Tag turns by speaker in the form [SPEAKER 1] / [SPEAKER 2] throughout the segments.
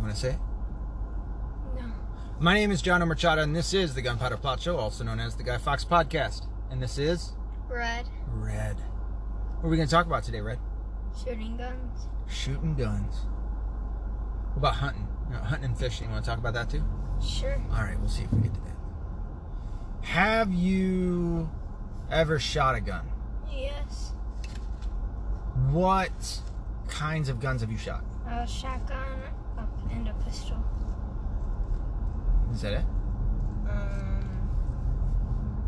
[SPEAKER 1] Want to say? it?
[SPEAKER 2] No.
[SPEAKER 1] My name is John O. Machado, and this is the Gunpowder Plot Show, also known as the Guy Fox Podcast. And this is
[SPEAKER 2] Red.
[SPEAKER 1] Red. What are we going to talk about today, Red?
[SPEAKER 2] Shooting guns.
[SPEAKER 1] Shooting guns. What about hunting? You know, hunting and fishing. Want to talk about that too?
[SPEAKER 2] Sure.
[SPEAKER 1] All right, we'll see if we get to that. Have you ever shot a gun?
[SPEAKER 2] Yes.
[SPEAKER 1] What kinds of guns have you shot?
[SPEAKER 2] A shotgun a- and a pistol.
[SPEAKER 1] Is that it?
[SPEAKER 2] Um.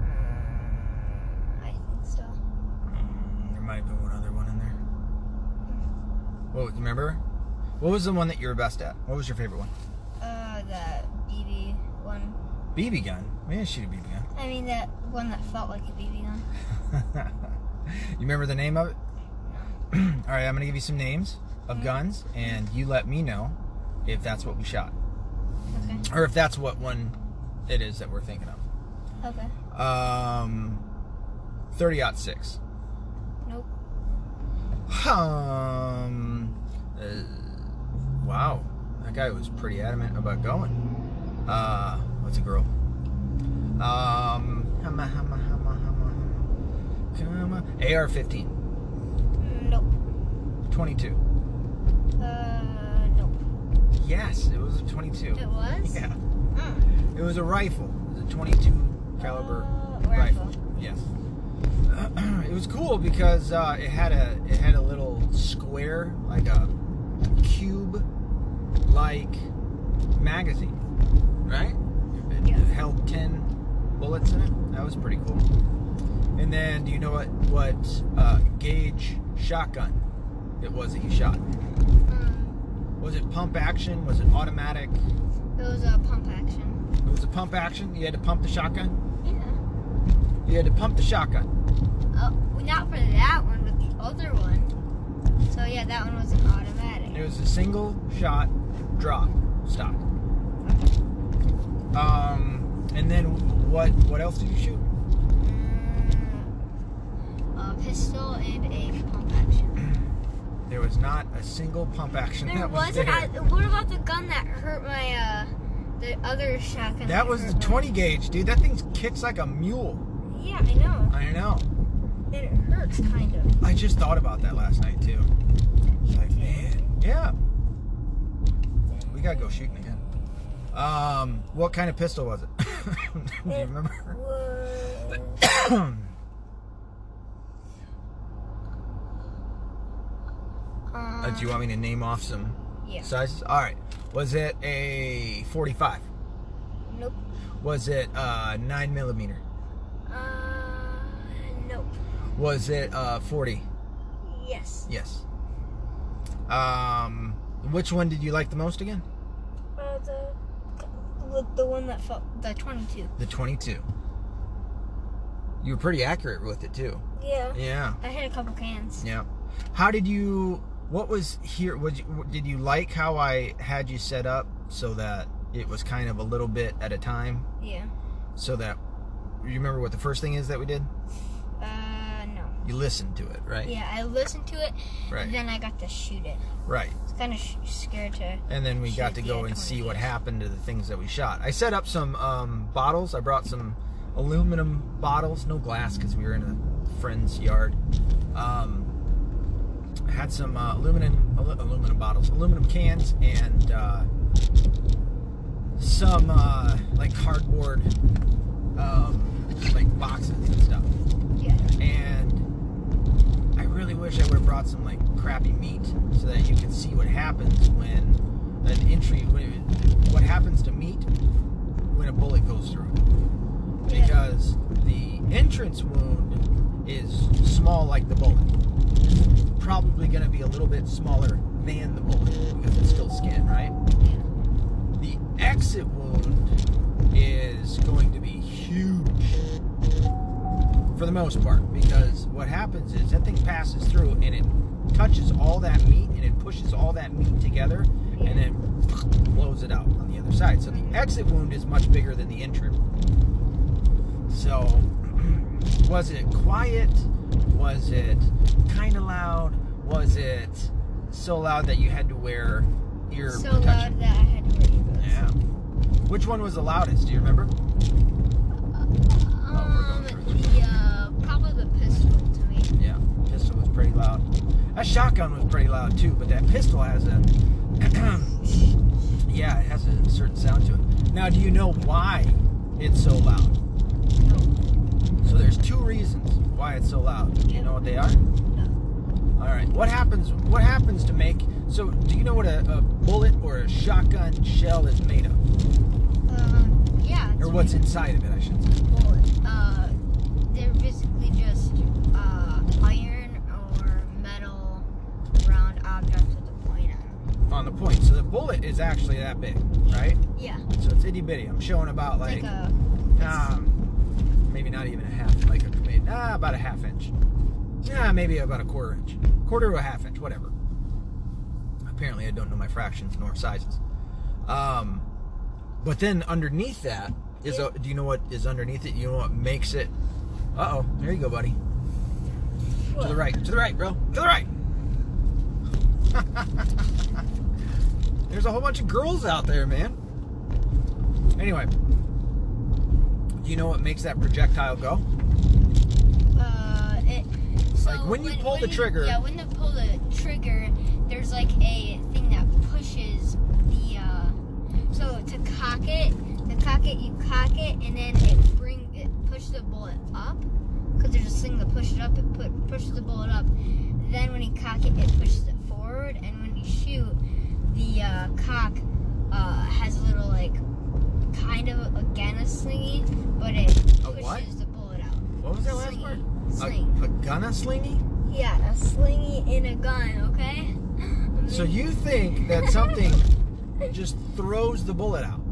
[SPEAKER 2] uh, I think so.
[SPEAKER 1] Mm, There might have been one other one in there. What remember? What was the one that you were best at? What was your favorite one?
[SPEAKER 2] Uh, the BB one.
[SPEAKER 1] BB gun. We didn't shoot a BB gun.
[SPEAKER 2] I mean that one that felt like a BB gun.
[SPEAKER 1] you remember the name of it? All right, I'm gonna give you some names of guns, and you let me know if that's what we shot,
[SPEAKER 2] Okay.
[SPEAKER 1] or if that's what one it is that we're thinking of.
[SPEAKER 2] Okay.
[SPEAKER 1] Um, thirty out six.
[SPEAKER 2] Nope.
[SPEAKER 1] Um. uh, wow, that guy was pretty adamant about going. Uh, what's a girl? Um, humma, humma, humma, humma, humma, humma. AR 15,
[SPEAKER 2] Nope.
[SPEAKER 1] 22.
[SPEAKER 2] Uh, nope.
[SPEAKER 1] Yes, it was a 22.
[SPEAKER 2] It was.
[SPEAKER 1] Yeah,
[SPEAKER 2] Mm.
[SPEAKER 1] it was a rifle, it was a 22 caliber
[SPEAKER 2] Uh,
[SPEAKER 1] rifle.
[SPEAKER 2] rifle.
[SPEAKER 1] Yes. it was cool because uh, it had a it had a little square like a cube like magazine, right? It
[SPEAKER 2] Yeah.
[SPEAKER 1] held ten bullets in it. That was pretty cool. And then, do you know what what uh, gauge shotgun it was that you shot?
[SPEAKER 2] Um,
[SPEAKER 1] Was it pump action? Was it automatic?
[SPEAKER 2] it was a pump action.
[SPEAKER 1] It was a pump action. You had to pump the shotgun.
[SPEAKER 2] Yeah.
[SPEAKER 1] You had to pump the shotgun.
[SPEAKER 2] Oh, well, not for that one, but the other one. So yeah, that one was an
[SPEAKER 1] It
[SPEAKER 2] automatic.
[SPEAKER 1] was a single shot, drop, stock. Um, and then what? What else did you shoot?
[SPEAKER 2] Mm, a pistol and a pump action.
[SPEAKER 1] There was not a single pump action.
[SPEAKER 2] There
[SPEAKER 1] that was
[SPEAKER 2] wasn't.
[SPEAKER 1] there.
[SPEAKER 2] A, what about the gun that hurt my uh, the other shotgun?
[SPEAKER 1] That was
[SPEAKER 2] hurt
[SPEAKER 1] the
[SPEAKER 2] my-
[SPEAKER 1] 20 gauge, dude. That thing kicks like a mule.
[SPEAKER 2] Yeah, I know.
[SPEAKER 1] I know.
[SPEAKER 2] It hurts kind of.
[SPEAKER 1] I just thought about that last night too. It's Like, man, yeah. We gotta go shooting again. Um, what kind of pistol was it? Do you
[SPEAKER 2] It
[SPEAKER 1] remember?
[SPEAKER 2] was
[SPEAKER 1] Uh, do you want me to name off some
[SPEAKER 2] Yeah.
[SPEAKER 1] sizes? All right. Was it a 45?
[SPEAKER 2] Nope.
[SPEAKER 1] Was it uh, 9 millimeter?
[SPEAKER 2] Uh, nope.
[SPEAKER 1] Was it uh, 40?
[SPEAKER 2] Yes.
[SPEAKER 1] Yes. Um, which one did you like the most again?
[SPEAKER 2] Uh, the the- the one that felt the twenty-two.
[SPEAKER 1] The 22. You were pretty accurate with it too.
[SPEAKER 2] Yeah.
[SPEAKER 1] Yeah.
[SPEAKER 2] I hit a couple cans.
[SPEAKER 1] Yeah. How did you? What was here? Would you, did you like how I had you set up so that it was kind of a little bit at a time?
[SPEAKER 2] Yeah.
[SPEAKER 1] So that you remember what the first thing is that we did?
[SPEAKER 2] Uh, no.
[SPEAKER 1] You listened to it, right?
[SPEAKER 2] Yeah, I listened to it,
[SPEAKER 1] Right.
[SPEAKER 2] and then I got to shoot it.
[SPEAKER 1] Right.
[SPEAKER 2] It's kind of sh- scared to.
[SPEAKER 1] And then we got
[SPEAKER 2] Should
[SPEAKER 1] to
[SPEAKER 2] be
[SPEAKER 1] go
[SPEAKER 2] at
[SPEAKER 1] and see what
[SPEAKER 2] 20.
[SPEAKER 1] happened to the things that we shot. I set up some um, bottles. I brought some aluminum bottles, no glass because we were in a friend's yard. Um, I had some uh, aluminum alu- aluminum bottles, aluminum cans, and uh, some uh, like cardboard um, like boxes and stuff
[SPEAKER 2] Yeah.
[SPEAKER 1] and I really wish I would have brought some like crappy meat so that you could see what happens when an entry, when it- what happens to meat when a bullet goes through.
[SPEAKER 2] Yeah.
[SPEAKER 1] Because the entrance wound is small like the bullet. It's probably going to be a little bit smaller than the bullet because it's still skin, right?
[SPEAKER 2] Yeah.
[SPEAKER 1] The exit wound is going to be huge for the most part because what happens is that thing passes through and it touches all that meat and it pushes all that meat together and then blows it out on the other side. So the exit wound is much bigger than the entry wound. So was it quiet? Was it kind of loud? Was it so loud that you had to wear ear
[SPEAKER 2] so
[SPEAKER 1] protection.
[SPEAKER 2] loud that I had to wear earbuds.
[SPEAKER 1] Yeah. Which one was the loudest? Do you remember?
[SPEAKER 2] Um, the uh, probably the pistol to me.
[SPEAKER 1] Yeah. Pistol was pretty loud. That shotgun was pretty loud too, but that pistol has a yeah, it has a certain sound to it. Now, do you know why it's so loud?
[SPEAKER 2] No.
[SPEAKER 1] So there's two reasons why it's so loud. Do you know what they are?
[SPEAKER 2] No.
[SPEAKER 1] All right. What happens? What happens to make? So do you know what a, a bullet or a shotgun shell is made of,
[SPEAKER 2] Um, yeah. It's
[SPEAKER 1] or what's inside of it? I should say.
[SPEAKER 2] a bullet. Uh, they're basically just uh iron or metal round objects with a point on. 'em.
[SPEAKER 1] On the point. So the bullet is actually that big, right?
[SPEAKER 2] Yeah.
[SPEAKER 1] So it's itty bitty. I'm showing about
[SPEAKER 2] Like,
[SPEAKER 1] like,
[SPEAKER 2] a.
[SPEAKER 1] um, maybe not even a half, like a tomato. Ah, about a half inch. Yeah, maybe about a quarter inch, quarter to a half inch, whatever. Apparently, I don't know my fractions nor sizes. Um, but then underneath that is a. Do you know what is underneath it? You know what makes it? Uh oh, there you go, buddy. To the right, to the right, bro, to the right. There's a whole bunch of girls out there, man. Anyway, do you know what makes that projectile go?
[SPEAKER 2] Uh, it. So
[SPEAKER 1] Like, when you pull
[SPEAKER 2] when
[SPEAKER 1] the trigger-
[SPEAKER 2] Yeah, when you pull the trigger, there's like a thing that pushes the. Uh, so to cock it, to cock it, you cock it, and then it bring it push the bullet up. Cause there's this thing that pushes it up. It put pushes the bullet up. Then when you cock it, it pushes it forward, and when you shoot, the uh, cock uh, has a little like kind of again a slingy, but it
[SPEAKER 1] A what?
[SPEAKER 2] pushes the bullet out.
[SPEAKER 1] What was that last
[SPEAKER 2] Slingy.
[SPEAKER 1] part? Uh,
[SPEAKER 2] Sling.
[SPEAKER 1] A, a gunna slingy?
[SPEAKER 2] Yeah, a slingy in a gun, okay?
[SPEAKER 1] So you think that something just throws the bullet out?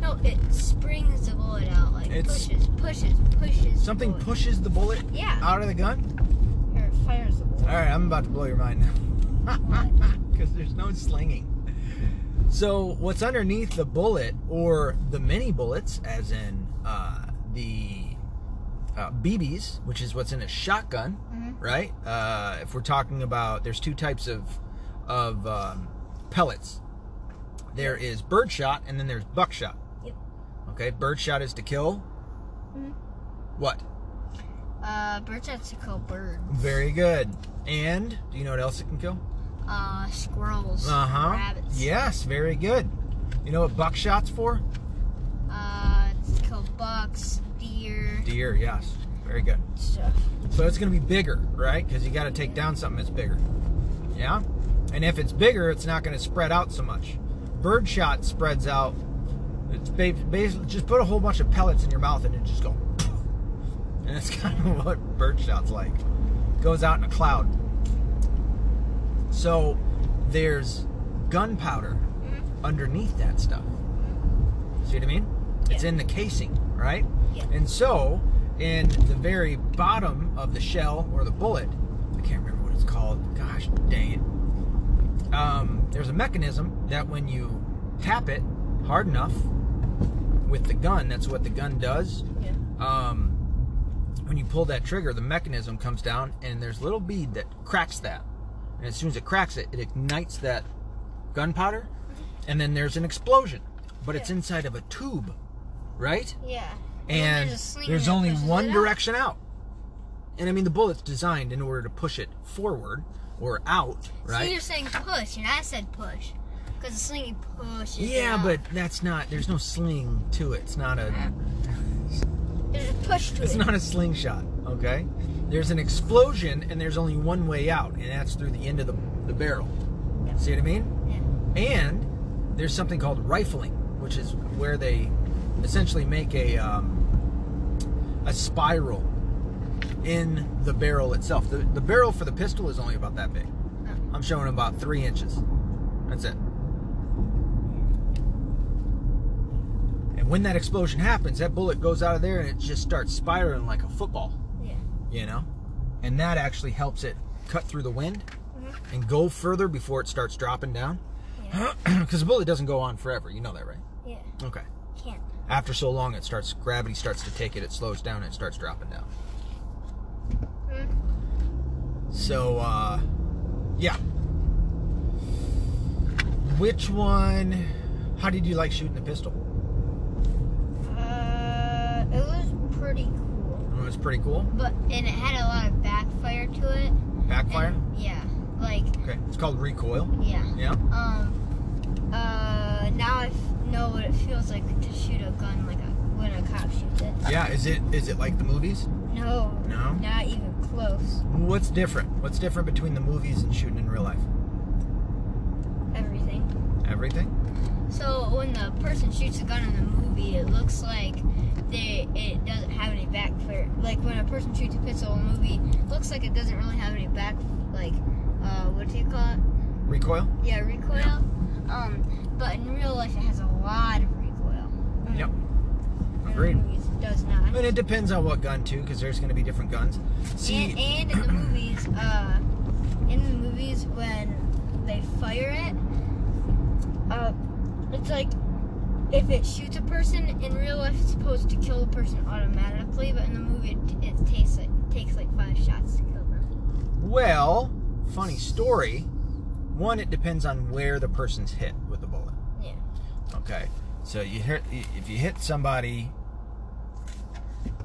[SPEAKER 2] No, it springs the bullet out, like
[SPEAKER 1] It's-
[SPEAKER 2] pushes, pushes, pushes.
[SPEAKER 1] Something Uh,
[SPEAKER 2] the bullet.
[SPEAKER 1] pushes the bullet
[SPEAKER 2] Yeah.
[SPEAKER 1] out of the gun?
[SPEAKER 2] or it fires the bullet.
[SPEAKER 1] All right, I'm about to blow your mind now. Because there's no slinging. So what's underneath the bullet or the mini bullets, as in uh, the uh, BBs, which is what's in a shotgun, right? Uh, if we're talking about, there's two types of of um, pellets. There is birdshot, and then there's buckshot.
[SPEAKER 2] Yep.
[SPEAKER 1] Okay, birdshot is to kill.
[SPEAKER 2] Mhm.
[SPEAKER 1] What?
[SPEAKER 2] Uh, birds have to kill birds.
[SPEAKER 1] Very good. And do you know what else it can kill?
[SPEAKER 2] Uh, squirrels.
[SPEAKER 1] Uh huh.
[SPEAKER 2] Rabbits.
[SPEAKER 1] Yes, very good. You know what buckshot's for?
[SPEAKER 2] Uh, to kill bucks, deer,
[SPEAKER 1] Deer. Yes. Very good.
[SPEAKER 2] stuff.
[SPEAKER 1] So it's going to be bigger, right? Because you got to take down something that's bigger. Yeah? And if it's bigger, it's not going to spread out so much. Birdshot spreads out. It's ba- basically just put a whole bunch of pellets in your mouth and it just go. And that's kind of what birdshot's like. Goes out in a cloud. So there's gunpowder underneath that stuff. See what I mean? It's
[SPEAKER 2] Yeah.
[SPEAKER 1] in the casing, right?
[SPEAKER 2] Yeah.
[SPEAKER 1] And so, in the very bottom of the shell or the bullet, I can't remember what it's called. Gosh dang it. Um, there's a mechanism that when you tap it hard enough with the gun, that's what the gun does.
[SPEAKER 2] Yeah.
[SPEAKER 1] Um, when you pull that trigger, the mechanism comes down, and there's a little bead that cracks that. And as soon as it cracks it, it ignites that gunpowder, and then there's an explosion. But it's
[SPEAKER 2] Mm-hmm. Yeah.
[SPEAKER 1] inside of a tube, right?
[SPEAKER 2] Yeah. then
[SPEAKER 1] and
[SPEAKER 2] a sling
[SPEAKER 1] there's
[SPEAKER 2] that
[SPEAKER 1] only
[SPEAKER 2] pushes
[SPEAKER 1] one
[SPEAKER 2] it out.
[SPEAKER 1] direction out. And I mean, the bullet's designed in order to push it forward or out,
[SPEAKER 2] So
[SPEAKER 1] right?
[SPEAKER 2] you're saying push, and I said push. Because the slingy pushes. it
[SPEAKER 1] yeah,
[SPEAKER 2] out.
[SPEAKER 1] but that's not. There's no sling to it. It's not a.
[SPEAKER 2] There's a push to
[SPEAKER 1] It's
[SPEAKER 2] it.
[SPEAKER 1] not a slingshot. Okay. There's an explosion, and there's only one way out, and that's through the end of the, the barrel. See what I mean?
[SPEAKER 2] Yeah.
[SPEAKER 1] and there's something called rifling, which is where they essentially make a um, a spiral in the barrel itself. The, the barrel for the pistol is only about that big. I'm showing about three inches. That's it. And when that explosion happens, that bullet goes out of there and it just starts spiraling like a football,
[SPEAKER 2] Yeah.
[SPEAKER 1] you know? And that actually helps it cut through the wind and go further before it starts dropping down.
[SPEAKER 2] Yeah.
[SPEAKER 1] Because the bullet doesn't go on forever. You know that, right?
[SPEAKER 2] yeah.
[SPEAKER 1] Okay.
[SPEAKER 2] Can't.
[SPEAKER 1] After so long, it starts gravity starts to take it. It slows down. and It starts dropping down. So, uh, yeah. Which one? How did you like shooting the pistol?
[SPEAKER 2] Uh, it was pretty cool,
[SPEAKER 1] It was pretty cool.
[SPEAKER 2] but and it had a lot of backfire to it.
[SPEAKER 1] Backfire.
[SPEAKER 2] And- yeah, like
[SPEAKER 1] Okay. It's called recoil.
[SPEAKER 2] yeah.
[SPEAKER 1] Yeah.
[SPEAKER 2] Um, uh, now I f- know what it feels like to shoot a gun like a, when a cop shoots it.
[SPEAKER 1] Yeah. Is it is it like the movies?
[SPEAKER 2] No,
[SPEAKER 1] No?
[SPEAKER 2] not even close.
[SPEAKER 1] What's different? What's different between the movies and shooting in real life?
[SPEAKER 2] Everything.
[SPEAKER 1] Everything.
[SPEAKER 2] So when the person shoots a gun in the movie, it looks like they it doesn't have any backfire. Like when a person shoots a pistol in a movie, it looks like it doesn't really have any back. Like uh, what do you call it?
[SPEAKER 1] Recoil.
[SPEAKER 2] Yeah, recoil. Um, but in real life, it has a lot of recoil. And
[SPEAKER 1] Yep.
[SPEAKER 2] in the
[SPEAKER 1] Agreed.
[SPEAKER 2] movies, it does not.
[SPEAKER 1] And it depends on what gun too, because there's going to be different guns. See,
[SPEAKER 2] and, and in the movies, uh, in the movies when they fire it, uh, it's like if it shoots a person in real life, it's supposed to kill the person automatically, but in the movie, it, it takes like takes like five shots to kill them.
[SPEAKER 1] well, funny story. One, it depends on where the person's hit with the bullet.
[SPEAKER 2] Yeah.
[SPEAKER 1] Okay. So you hit if you hit somebody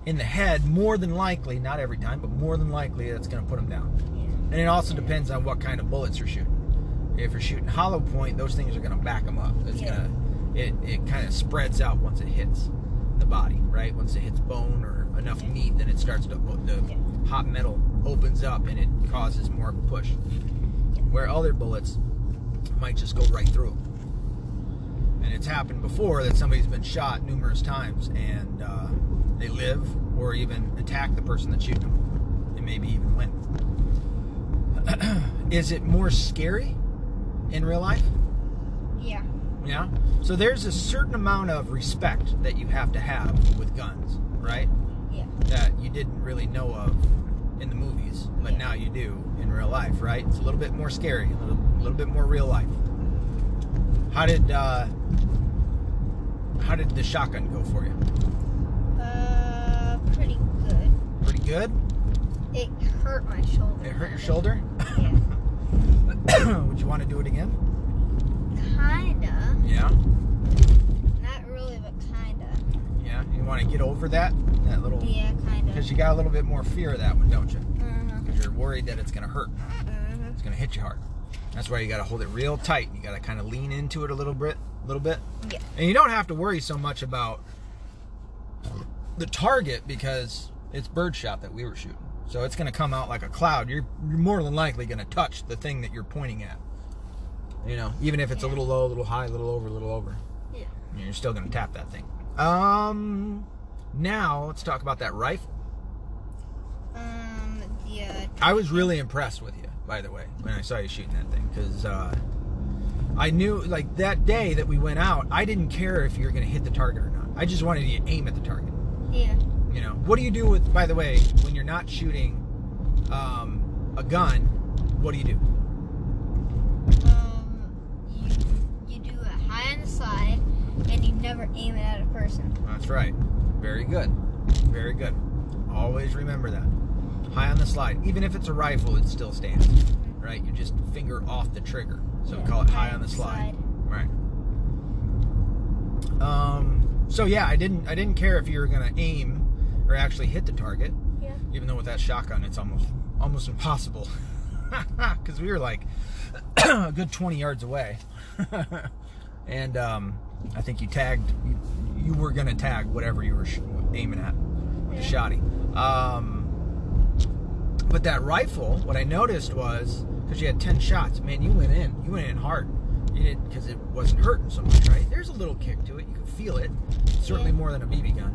[SPEAKER 1] in the head, more than likely, not every time, but more than likely, that's going to put them down.
[SPEAKER 2] Yeah.
[SPEAKER 1] And it also depends on what kind of bullets you're shooting. If you're shooting hollow point, those things are going to back them up. It's
[SPEAKER 2] Yeah.
[SPEAKER 1] going to it it kind of spreads out once it hits the body, right? Once it hits bone or enough
[SPEAKER 2] Yeah.
[SPEAKER 1] meat, then it starts to the
[SPEAKER 2] Yeah.
[SPEAKER 1] hot metal opens up and it causes more of a push. Where other bullets might just go right through. 'em and it's happened before that somebody's been shot numerous times and uh, they live or even attack the person that's shooting them and maybe even win. Is it more scary in real life?
[SPEAKER 2] Yeah.
[SPEAKER 1] Yeah. So there's a certain amount of respect that you have to have with guns, right?
[SPEAKER 2] Yeah.
[SPEAKER 1] That you didn't really know of in the movies, but
[SPEAKER 2] Yeah.
[SPEAKER 1] now you do in real life, right? It's a little bit more scary, a little, a little bit more real life. How did uh, how did the shotgun go for you?
[SPEAKER 2] Uh, pretty good.
[SPEAKER 1] Pretty good.
[SPEAKER 2] It hurt my shoulder.
[SPEAKER 1] It hurt your
[SPEAKER 2] kinda.
[SPEAKER 1] shoulder.
[SPEAKER 2] Yeah.
[SPEAKER 1] Would you want to do it again?
[SPEAKER 2] Kinda.
[SPEAKER 1] Yeah.
[SPEAKER 2] Not really, but kinda.
[SPEAKER 1] Yeah. You want to get over that that little
[SPEAKER 2] Yeah, kinda.
[SPEAKER 1] because Oh. you got a little bit more fear of that one, don't you?
[SPEAKER 2] Uh-huh.
[SPEAKER 1] Because you're worried that it's gonna hurt.
[SPEAKER 2] Uh-huh.
[SPEAKER 1] It's gonna hit you hard. That's why you gotta hold it real tight. You gotta kind of lean into it a little bit, little bit.
[SPEAKER 2] Yeah.
[SPEAKER 1] And you don't have to worry so much about the target because it's birdshot that we were shooting. So it's going to come out like a cloud. You're, you're more than likely going to touch the thing that you're pointing at. You know, even if it's a
[SPEAKER 2] Yeah.
[SPEAKER 1] little low, a little high, a little over, a little over,
[SPEAKER 2] Yeah.
[SPEAKER 1] you're still going to tap that thing. Um, now let's talk about that rifle.
[SPEAKER 2] Um, the, uh,
[SPEAKER 1] I was really impressed with you, by the way, when I saw you shooting that thing, because uh, I knew, like, that day that we went out, I didn't care if you were going to hit the target or not. I just wanted you to aim at the target.
[SPEAKER 2] yeah,
[SPEAKER 1] You know, what do you do with, by the way, when you're not shooting um, a gun, what do you do?
[SPEAKER 2] um, you, you do a high on the side, and you never aim it at a person.
[SPEAKER 1] That's right. Very good. Very good. Always remember that. High on the slide. Even if it's a rifle, it still stands, right? You just finger off the trigger. So
[SPEAKER 2] Yeah,
[SPEAKER 1] call it high on the slide. Right. Um, so yeah, I didn't I didn't care if you were gonna aim or actually hit the target,
[SPEAKER 2] Yeah.
[SPEAKER 1] even though with that shotgun it's almost almost impossible. Because we were like a good 20 yards away, and um, I think you tagged you, you were gonna tag whatever you were sh- aiming at, the
[SPEAKER 2] Yeah.
[SPEAKER 1] shoddy. Um, but that rifle, what I noticed was because you had ten shots, man, you went in, you went in hard. You did because it wasn't hurting so much, right? There's a little kick to it, you can feel it. Certainly
[SPEAKER 2] Yeah.
[SPEAKER 1] more than a BB gun.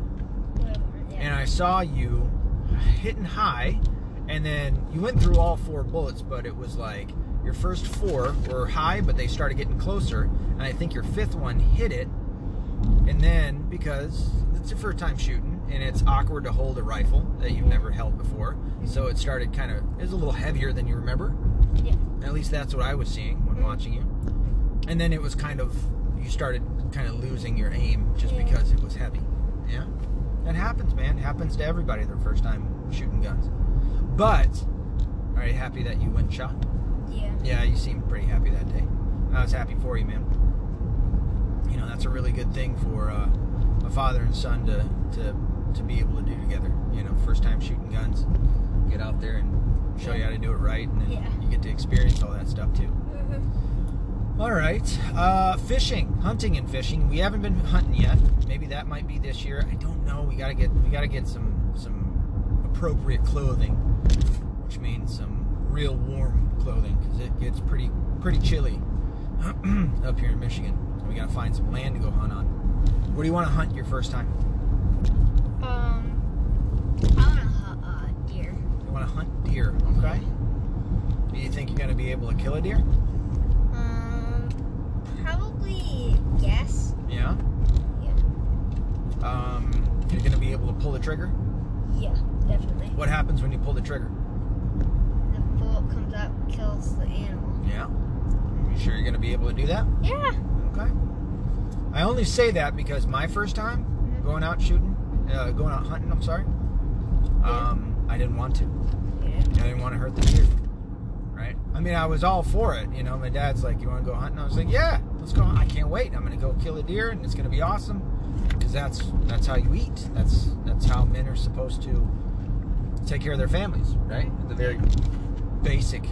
[SPEAKER 2] Whatever. Yeah.
[SPEAKER 1] And I saw you hitting high, and then you went through all four bullets, but it was like your first four were high, but they started getting closer, and I think your fifth one hit it. And then because it's your first time shooting, and it's awkward to hold a rifle that you've never held before, so it started kind of it was a little heavier than you remember.
[SPEAKER 2] yeah.
[SPEAKER 1] At least that's what I was seeing when watching you. And then it was kind of you started kind of losing your aim just
[SPEAKER 2] Yeah.
[SPEAKER 1] because it was heavy. Yeah. That happens, man. Happens to everybody their first time shooting guns. But are you happy that you went and shot?
[SPEAKER 2] Yeah.
[SPEAKER 1] Yeah, you seemed pretty happy that day. I was happy for you, man. You know, that's a really good thing for uh, a father and son to, to to be able to do together. You know, first time shooting guns, get out there and show you how to do it right, and then
[SPEAKER 2] Yeah.
[SPEAKER 1] you get to experience all that stuff too.
[SPEAKER 2] Mm-hmm.
[SPEAKER 1] All right, uh, fishing, hunting, and fishing. We haven't been hunting yet. Maybe that might be this year. I don't know. We gotta get we gotta get some some appropriate clothing, which means some real warm clothing because it gets pretty pretty chilly up here in Michigan. We gotta find some land to go hunt on. What do you want to hunt your first time?
[SPEAKER 2] Um, I want to hunt uh, deer.
[SPEAKER 1] You want to hunt deer, okay? Do you think you're gonna be able to kill a deer?
[SPEAKER 2] Um, probably yes.
[SPEAKER 1] Yeah.
[SPEAKER 2] Yeah.
[SPEAKER 1] Um, you're gonna be able to pull the trigger.
[SPEAKER 2] Yeah, definitely.
[SPEAKER 1] What happens when you pull the trigger?
[SPEAKER 2] The bullet comes out, kills the animal.
[SPEAKER 1] Yeah. You sure you're going to be able to do that?
[SPEAKER 2] Yeah.
[SPEAKER 1] Okay. I only say that because my first time going out shooting, uh, going out hunting, I'm sorry, um, I didn't want to.
[SPEAKER 2] Yeah.
[SPEAKER 1] I didn't want to hurt the deer. Right? I mean, I was all for it. You know, my dad's like, You want to go hunting? I was like, Yeah, let's go. I can't wait. I'm going to go kill a deer and it's going to be awesome. Because that's, that's how you eat. That's, that's how men are supposed to take care of their families, right? At the very basic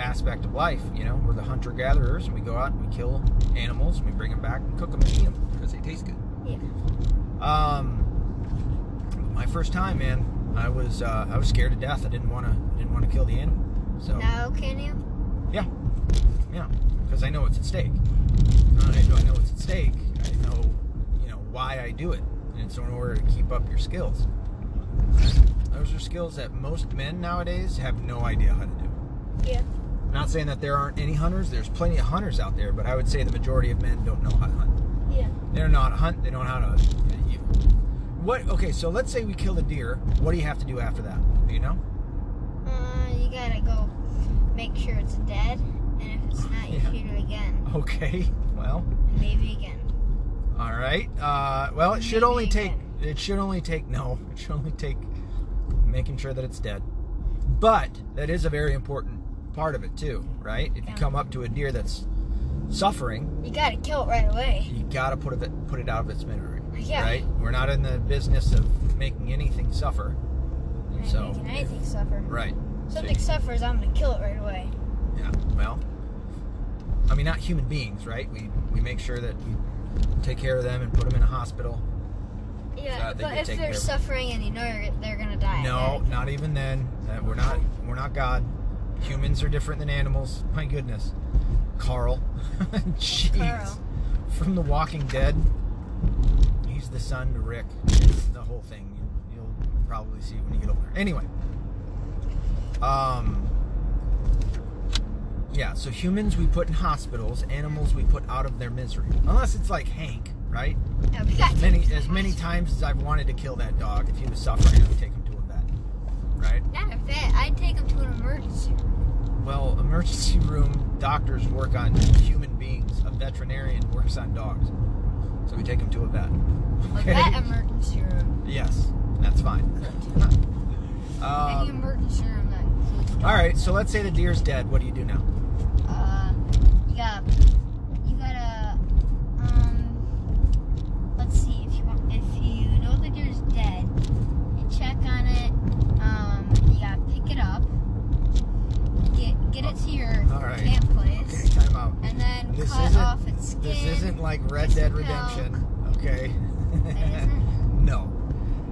[SPEAKER 1] aspect of life. You know, we're the hunter gatherers and we go out and we kill animals and we bring them back and cook them and eat them because they taste good.
[SPEAKER 2] Yeah.
[SPEAKER 1] Um, my first time, man, I was uh, I was scared to death. I didn't want to didn't want to kill the animal. So
[SPEAKER 2] Now can you?
[SPEAKER 1] yeah, yeah, because I know what's at stake. Not only do I know what's at stake, I know you know why I do it, and it's in order to keep up your skills. Those are skills that most men nowadays have no idea how to do.
[SPEAKER 2] Yeah.
[SPEAKER 1] Not saying that there aren't any hunters. There's plenty of hunters out there, but I would say the majority of men don't know how to hunt.
[SPEAKER 2] Yeah.
[SPEAKER 1] They don't know how to hunt. They don't know how to. You, what? Okay, so let's say we kill a deer. What do you have to do after that? Do you know?
[SPEAKER 2] Uh, you gotta go make sure it's dead, and if it's not, you
[SPEAKER 1] Yeah.
[SPEAKER 2] shoot it again,
[SPEAKER 1] Okay. Well.
[SPEAKER 2] and maybe again.
[SPEAKER 1] All right. Uh, well, it should only
[SPEAKER 2] Maybe
[SPEAKER 1] take.
[SPEAKER 2] again.
[SPEAKER 1] It should only take. No, it should only take making sure that it's dead. But that is a very important part of it too, right? If you
[SPEAKER 2] Yeah.
[SPEAKER 1] come up to a deer that's suffering,
[SPEAKER 2] You gotta kill it right away.
[SPEAKER 1] you gotta put it put it out of its misery.
[SPEAKER 2] Yeah.
[SPEAKER 1] Right? We're not in the business of making anything suffer.
[SPEAKER 2] I'm
[SPEAKER 1] So-
[SPEAKER 2] making anything suffer.
[SPEAKER 1] Right. So-
[SPEAKER 2] Something suffers, I'm gonna kill it right away.
[SPEAKER 1] Yeah. Well, I mean, not human beings, right? We we make sure that we take care of them and put them in a hospital. So I
[SPEAKER 2] Yeah,
[SPEAKER 1] think
[SPEAKER 2] but
[SPEAKER 1] they
[SPEAKER 2] if
[SPEAKER 1] take
[SPEAKER 2] they're
[SPEAKER 1] care of-
[SPEAKER 2] suffering and you know you're, they're gonna die,
[SPEAKER 1] No, not even then. Uh, we're not we're not God. Humans are different than animals. My goodness, Carl. Jeez.
[SPEAKER 2] Carl.
[SPEAKER 1] From The Walking Dead. He's the son to Rick. It's the whole thing. You- You'll probably see it when you get older. Anyway. Um. Yeah, so humans we put in hospitals, animals we put out of their misery. Unless it's like Hank, right?
[SPEAKER 2] Yeah, we gotta
[SPEAKER 1] as many
[SPEAKER 2] take it to
[SPEAKER 1] as
[SPEAKER 2] the
[SPEAKER 1] many
[SPEAKER 2] hospital.
[SPEAKER 1] times as I've wanted to kill that dog, if he was suffering, I would take him to a vet. Right?
[SPEAKER 2] Not a vet. I'd take them to an emergency room.
[SPEAKER 1] Well, emergency room doctors work on human beings. A veterinarian works on dogs. So we take him to a vet.
[SPEAKER 2] Like that emergency room.
[SPEAKER 1] Yes, that's fine.
[SPEAKER 2] Any
[SPEAKER 1] um,
[SPEAKER 2] emergency room that includes
[SPEAKER 1] all right, so let's say the deer's dead. What do you do now?
[SPEAKER 2] Uh, you gotta, you gotta, um, let's see if you want, if you know the deer's dead, you check on it. Um, you gotta pick it up, get get it to your
[SPEAKER 1] All right.
[SPEAKER 2] camp
[SPEAKER 1] Okay,
[SPEAKER 2] place,
[SPEAKER 1] time out.
[SPEAKER 2] and then
[SPEAKER 1] This
[SPEAKER 2] cut
[SPEAKER 1] isn't-
[SPEAKER 2] off its skin.
[SPEAKER 1] This isn't like Red
[SPEAKER 2] Just
[SPEAKER 1] Dead
[SPEAKER 2] milk.
[SPEAKER 1] Redemption, okay?
[SPEAKER 2] It isn't?
[SPEAKER 1] no.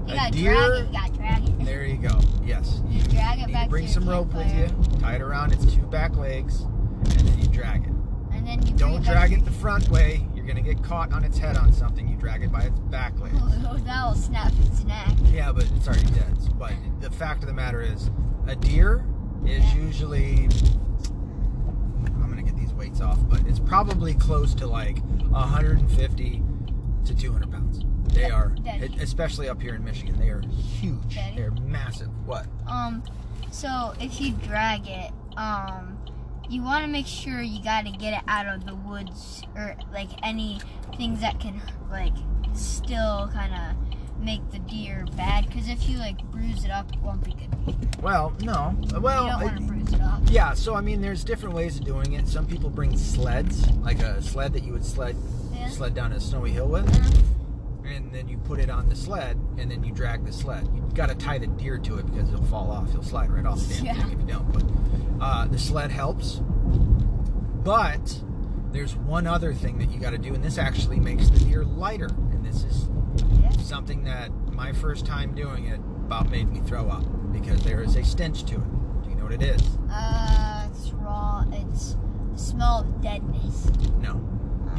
[SPEAKER 2] You
[SPEAKER 1] A
[SPEAKER 2] gotta
[SPEAKER 1] deer-
[SPEAKER 2] drag it. You gotta drag it.
[SPEAKER 1] There you go. Yes. You,
[SPEAKER 2] Drag it
[SPEAKER 1] you
[SPEAKER 2] back to
[SPEAKER 1] bring
[SPEAKER 2] your
[SPEAKER 1] some rope with you,
[SPEAKER 2] campfire.
[SPEAKER 1] tie it around its two back legs, and then you drag it.
[SPEAKER 2] And then you
[SPEAKER 1] Don't
[SPEAKER 2] bring back
[SPEAKER 1] drag
[SPEAKER 2] to
[SPEAKER 1] it the front way. You're gonna get caught on its head on something. You drag it by its back legs.
[SPEAKER 2] your- that will snap its neck.
[SPEAKER 1] Yeah, but it's already dead. So- But the fact of the matter is, a deer is
[SPEAKER 2] Yeah.
[SPEAKER 1] usually. I'm gonna get these weights off, but it's probably close to like 150 to 200 pounds. They
[SPEAKER 2] Dad-
[SPEAKER 1] are, e-,
[SPEAKER 2] Daddy.
[SPEAKER 1] especially up here in Michigan, they are huge.
[SPEAKER 2] Daddy.
[SPEAKER 1] They're massive. What?
[SPEAKER 2] Um, so if you drag it, um, you want to make sure you got to get it out of the woods or like any things that can like still kind of make the deer bad because if you like bruise it up, it won't be good.
[SPEAKER 1] Well, no. Well,
[SPEAKER 2] you don't want
[SPEAKER 1] it-
[SPEAKER 2] to bruise it up.
[SPEAKER 1] yeah. So I mean, there's different ways of doing it. Some people bring sleds, like a sled that you would sled
[SPEAKER 2] Yeah.
[SPEAKER 1] sled down a snowy hill with,
[SPEAKER 2] Uh-huh.
[SPEAKER 1] and then you put it on the sled, and then you drag the sled. You got to tie the deer to it because it'll fall off. He'll slide right off the damn
[SPEAKER 2] Yeah.
[SPEAKER 1] thing if you don't. But uh, the sled helps. But there's one other thing that you got to do, and this actually makes the deer lighter. And this is
[SPEAKER 2] Yeah.
[SPEAKER 1] something that my first time doing it about made me throw up because there is a stench to it. Do you know what it is?
[SPEAKER 2] Uh, it's raw. It's smell of deadness.
[SPEAKER 1] No.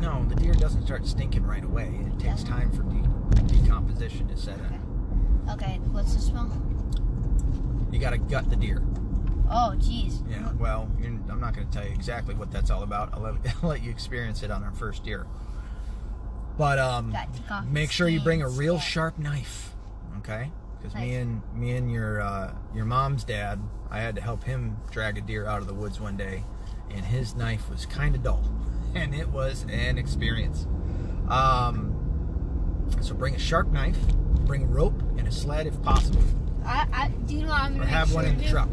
[SPEAKER 1] No, the deer doesn't start stinking right away. It takes time for de- decomposition to set in.
[SPEAKER 2] Okay, what's the smell?
[SPEAKER 1] You got to gut the deer.
[SPEAKER 2] Oh, jeez.
[SPEAKER 1] Yeah. Well, you're, I'm not going to tell you exactly what that's all about. I'll let, I'll let you experience it on our first deer. But um,
[SPEAKER 2] Got to cough
[SPEAKER 1] make sure you bring a
[SPEAKER 2] stains.
[SPEAKER 1] real
[SPEAKER 2] Yeah.
[SPEAKER 1] sharp knife, okay? Because me
[SPEAKER 2] Nice.
[SPEAKER 1] and me and your uh, your mom's dad, I had to help him drag a deer out of the woods one day, and his knife was kind of dull, and it was an experience. Um, so bring a sharp knife, bring rope and a sled if possible,
[SPEAKER 2] I, I, do you know what I'm
[SPEAKER 1] or
[SPEAKER 2] gonna
[SPEAKER 1] have
[SPEAKER 2] make
[SPEAKER 1] one
[SPEAKER 2] sure
[SPEAKER 1] in the
[SPEAKER 2] to do?
[SPEAKER 1] truck.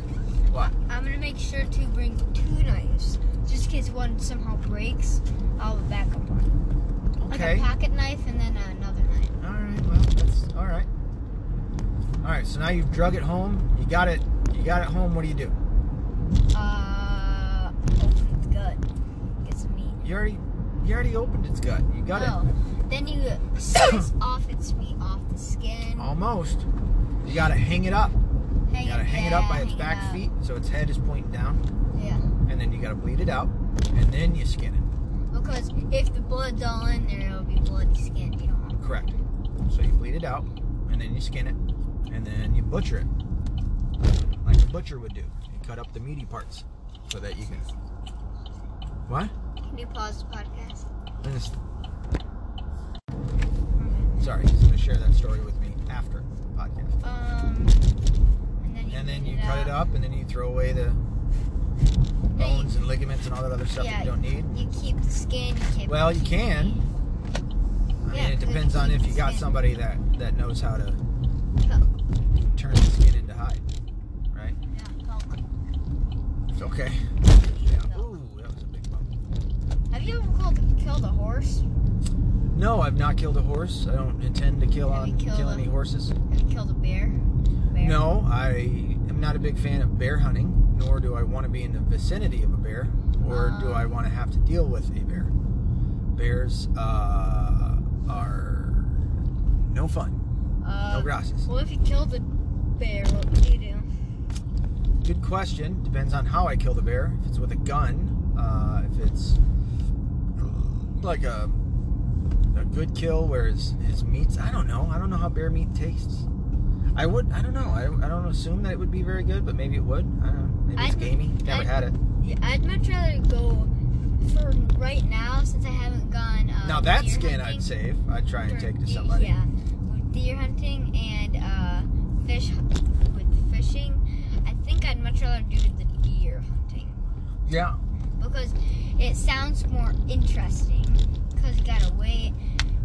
[SPEAKER 1] What?
[SPEAKER 2] I'm gonna make sure to bring two knives, just in case one somehow breaks. I'll have a backup one, like
[SPEAKER 1] Okay.
[SPEAKER 2] a pocket knife and then another knife.
[SPEAKER 1] All right. Well, that's all right. All right. So now you've drug it home. You got it. You got it home. What do you do?
[SPEAKER 2] Uh, open the gut, get some meat.
[SPEAKER 1] You already you already opened its gut. You got it.
[SPEAKER 2] oh, then you slice off its meat off the skin.
[SPEAKER 1] Almost. You gotta hang it up.
[SPEAKER 2] hang
[SPEAKER 1] Oh, You gotta hang it up by
[SPEAKER 2] yeah,
[SPEAKER 1] its
[SPEAKER 2] hang it
[SPEAKER 1] back
[SPEAKER 2] up.
[SPEAKER 1] feet so its head is pointing down.
[SPEAKER 2] Yeah,
[SPEAKER 1] And then you gotta bleed it out. And then you skin it.
[SPEAKER 2] because if the blood's all in there, it'll be bloody skin. You don't want.
[SPEAKER 1] Correct. So you bleed it out. And then you skin it. And then you butcher it. Like a butcher would do. You cut up the meaty parts so that you can. What?
[SPEAKER 2] Can you pause the podcast?
[SPEAKER 1] And it's-
[SPEAKER 2] Okay.
[SPEAKER 1] Sorry, he's gonna share that story with me after the podcast.
[SPEAKER 2] Um, and then you,
[SPEAKER 1] And then
[SPEAKER 2] clean
[SPEAKER 1] you cut it up and then you throw away the
[SPEAKER 2] Then you-
[SPEAKER 1] bones and ligaments and all that other stuff that
[SPEAKER 2] Yeah,
[SPEAKER 1] you don't need.
[SPEAKER 2] You keep the skin. You keep
[SPEAKER 1] Well, you can. I
[SPEAKER 2] Yeah,
[SPEAKER 1] mean, it
[SPEAKER 2] because
[SPEAKER 1] depends
[SPEAKER 2] you
[SPEAKER 1] on
[SPEAKER 2] keep
[SPEAKER 1] if you
[SPEAKER 2] the
[SPEAKER 1] got
[SPEAKER 2] skin.
[SPEAKER 1] somebody that that knows how to
[SPEAKER 2] Coke.
[SPEAKER 1] turn the skin into hide, right?
[SPEAKER 2] Yeah, Coke.
[SPEAKER 1] It's okay. Yeah. Ooh, that was a big bump.
[SPEAKER 2] Have you ever killed, killed a horse?
[SPEAKER 1] No, I've not killed a horse. I don't intend to kill
[SPEAKER 2] Have you
[SPEAKER 1] on
[SPEAKER 2] killed
[SPEAKER 1] kill
[SPEAKER 2] a-
[SPEAKER 1] any horses.
[SPEAKER 2] Have you killed a bear? bear?
[SPEAKER 1] No, I am not a big fan of bear hunting, nor do I want to be in the vicinity of a bear, or do
[SPEAKER 2] Um.
[SPEAKER 1] I want to have to deal with a bear. Bears uh, are no fun.
[SPEAKER 2] Uh,
[SPEAKER 1] No grasses.
[SPEAKER 2] Well, if you killed a bear, what would you do?
[SPEAKER 1] Good question. Depends on how I kill the bear. If it's with a gun, uh, if it's like a a good kill where his, his meats, I don't know. I don't know how bear meat tastes. I would, I don't know. I, I don't assume that it would be very good, but maybe it would. I don't know. Maybe it's
[SPEAKER 2] I'd-
[SPEAKER 1] gamey. Never
[SPEAKER 2] I'd-
[SPEAKER 1] had it.
[SPEAKER 2] Yeah, I'd much rather go for right now since I haven't gone. Uh,
[SPEAKER 1] Now that
[SPEAKER 2] deer
[SPEAKER 1] skin
[SPEAKER 2] hunting,
[SPEAKER 1] I'd save. I'd try and
[SPEAKER 2] or
[SPEAKER 1] take to
[SPEAKER 2] deer-
[SPEAKER 1] somebody.
[SPEAKER 2] Yeah, with deer hunting and uh, fish with fishing. I think I'd much rather do the deer hunting
[SPEAKER 1] Yeah.
[SPEAKER 2] because it sounds more interesting. Because you gotta wait,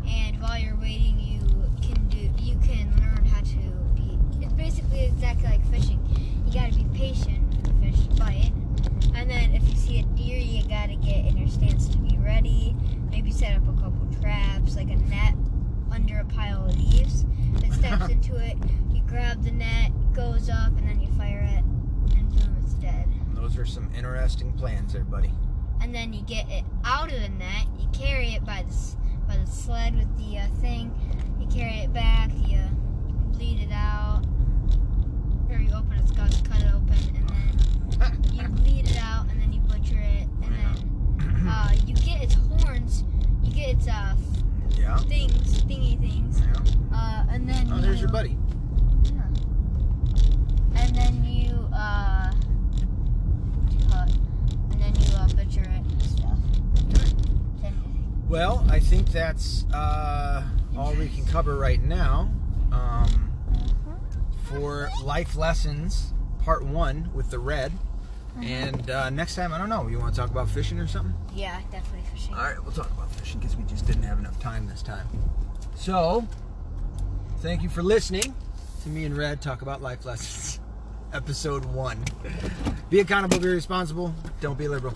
[SPEAKER 2] and while you're waiting, you can do you can learn how to be. It's basically exactly like fishing. You gotta be patient for the fish to bite, and then if you see a deer, you gotta get in your stance to be ready. Maybe set up a couple traps, like a net under a pile of leaves. If it steps into it, you grab the net, goes up, and then you fire it, and boom, it's dead
[SPEAKER 1] Those are some interesting plans there, buddy.
[SPEAKER 2] and then you get it out of the net. You carry it by the s- by the sled with the uh, thing. You carry it back. You bleed it out, or you open its guts, cut it open, and then you bleed it out, and then you butcher it, and then uh, you get its horns. You get its uh,
[SPEAKER 1] yeah.
[SPEAKER 2] things, thingy things,
[SPEAKER 1] Yeah.
[SPEAKER 2] uh, and then
[SPEAKER 1] Oh, there's your
[SPEAKER 2] you-
[SPEAKER 1] buddy.
[SPEAKER 2] yeah. And then you, uh, cut. And then you uh, butcher it and stuff. Then-
[SPEAKER 1] Well, I think that's uh, all we can cover right now. Um,
[SPEAKER 2] uh-huh.
[SPEAKER 1] for life lessons, part one with the red.
[SPEAKER 2] Uh-huh.
[SPEAKER 1] And uh, next time, I don't know. You want to talk about fishing or something?
[SPEAKER 2] Yeah, definitely fishing.
[SPEAKER 1] All right, we'll talk about fishing because we just didn't have enough time this time. So, Thank you for listening to me and Red talk about life lessons, episode one. Be accountable, be responsible, don't be liberal.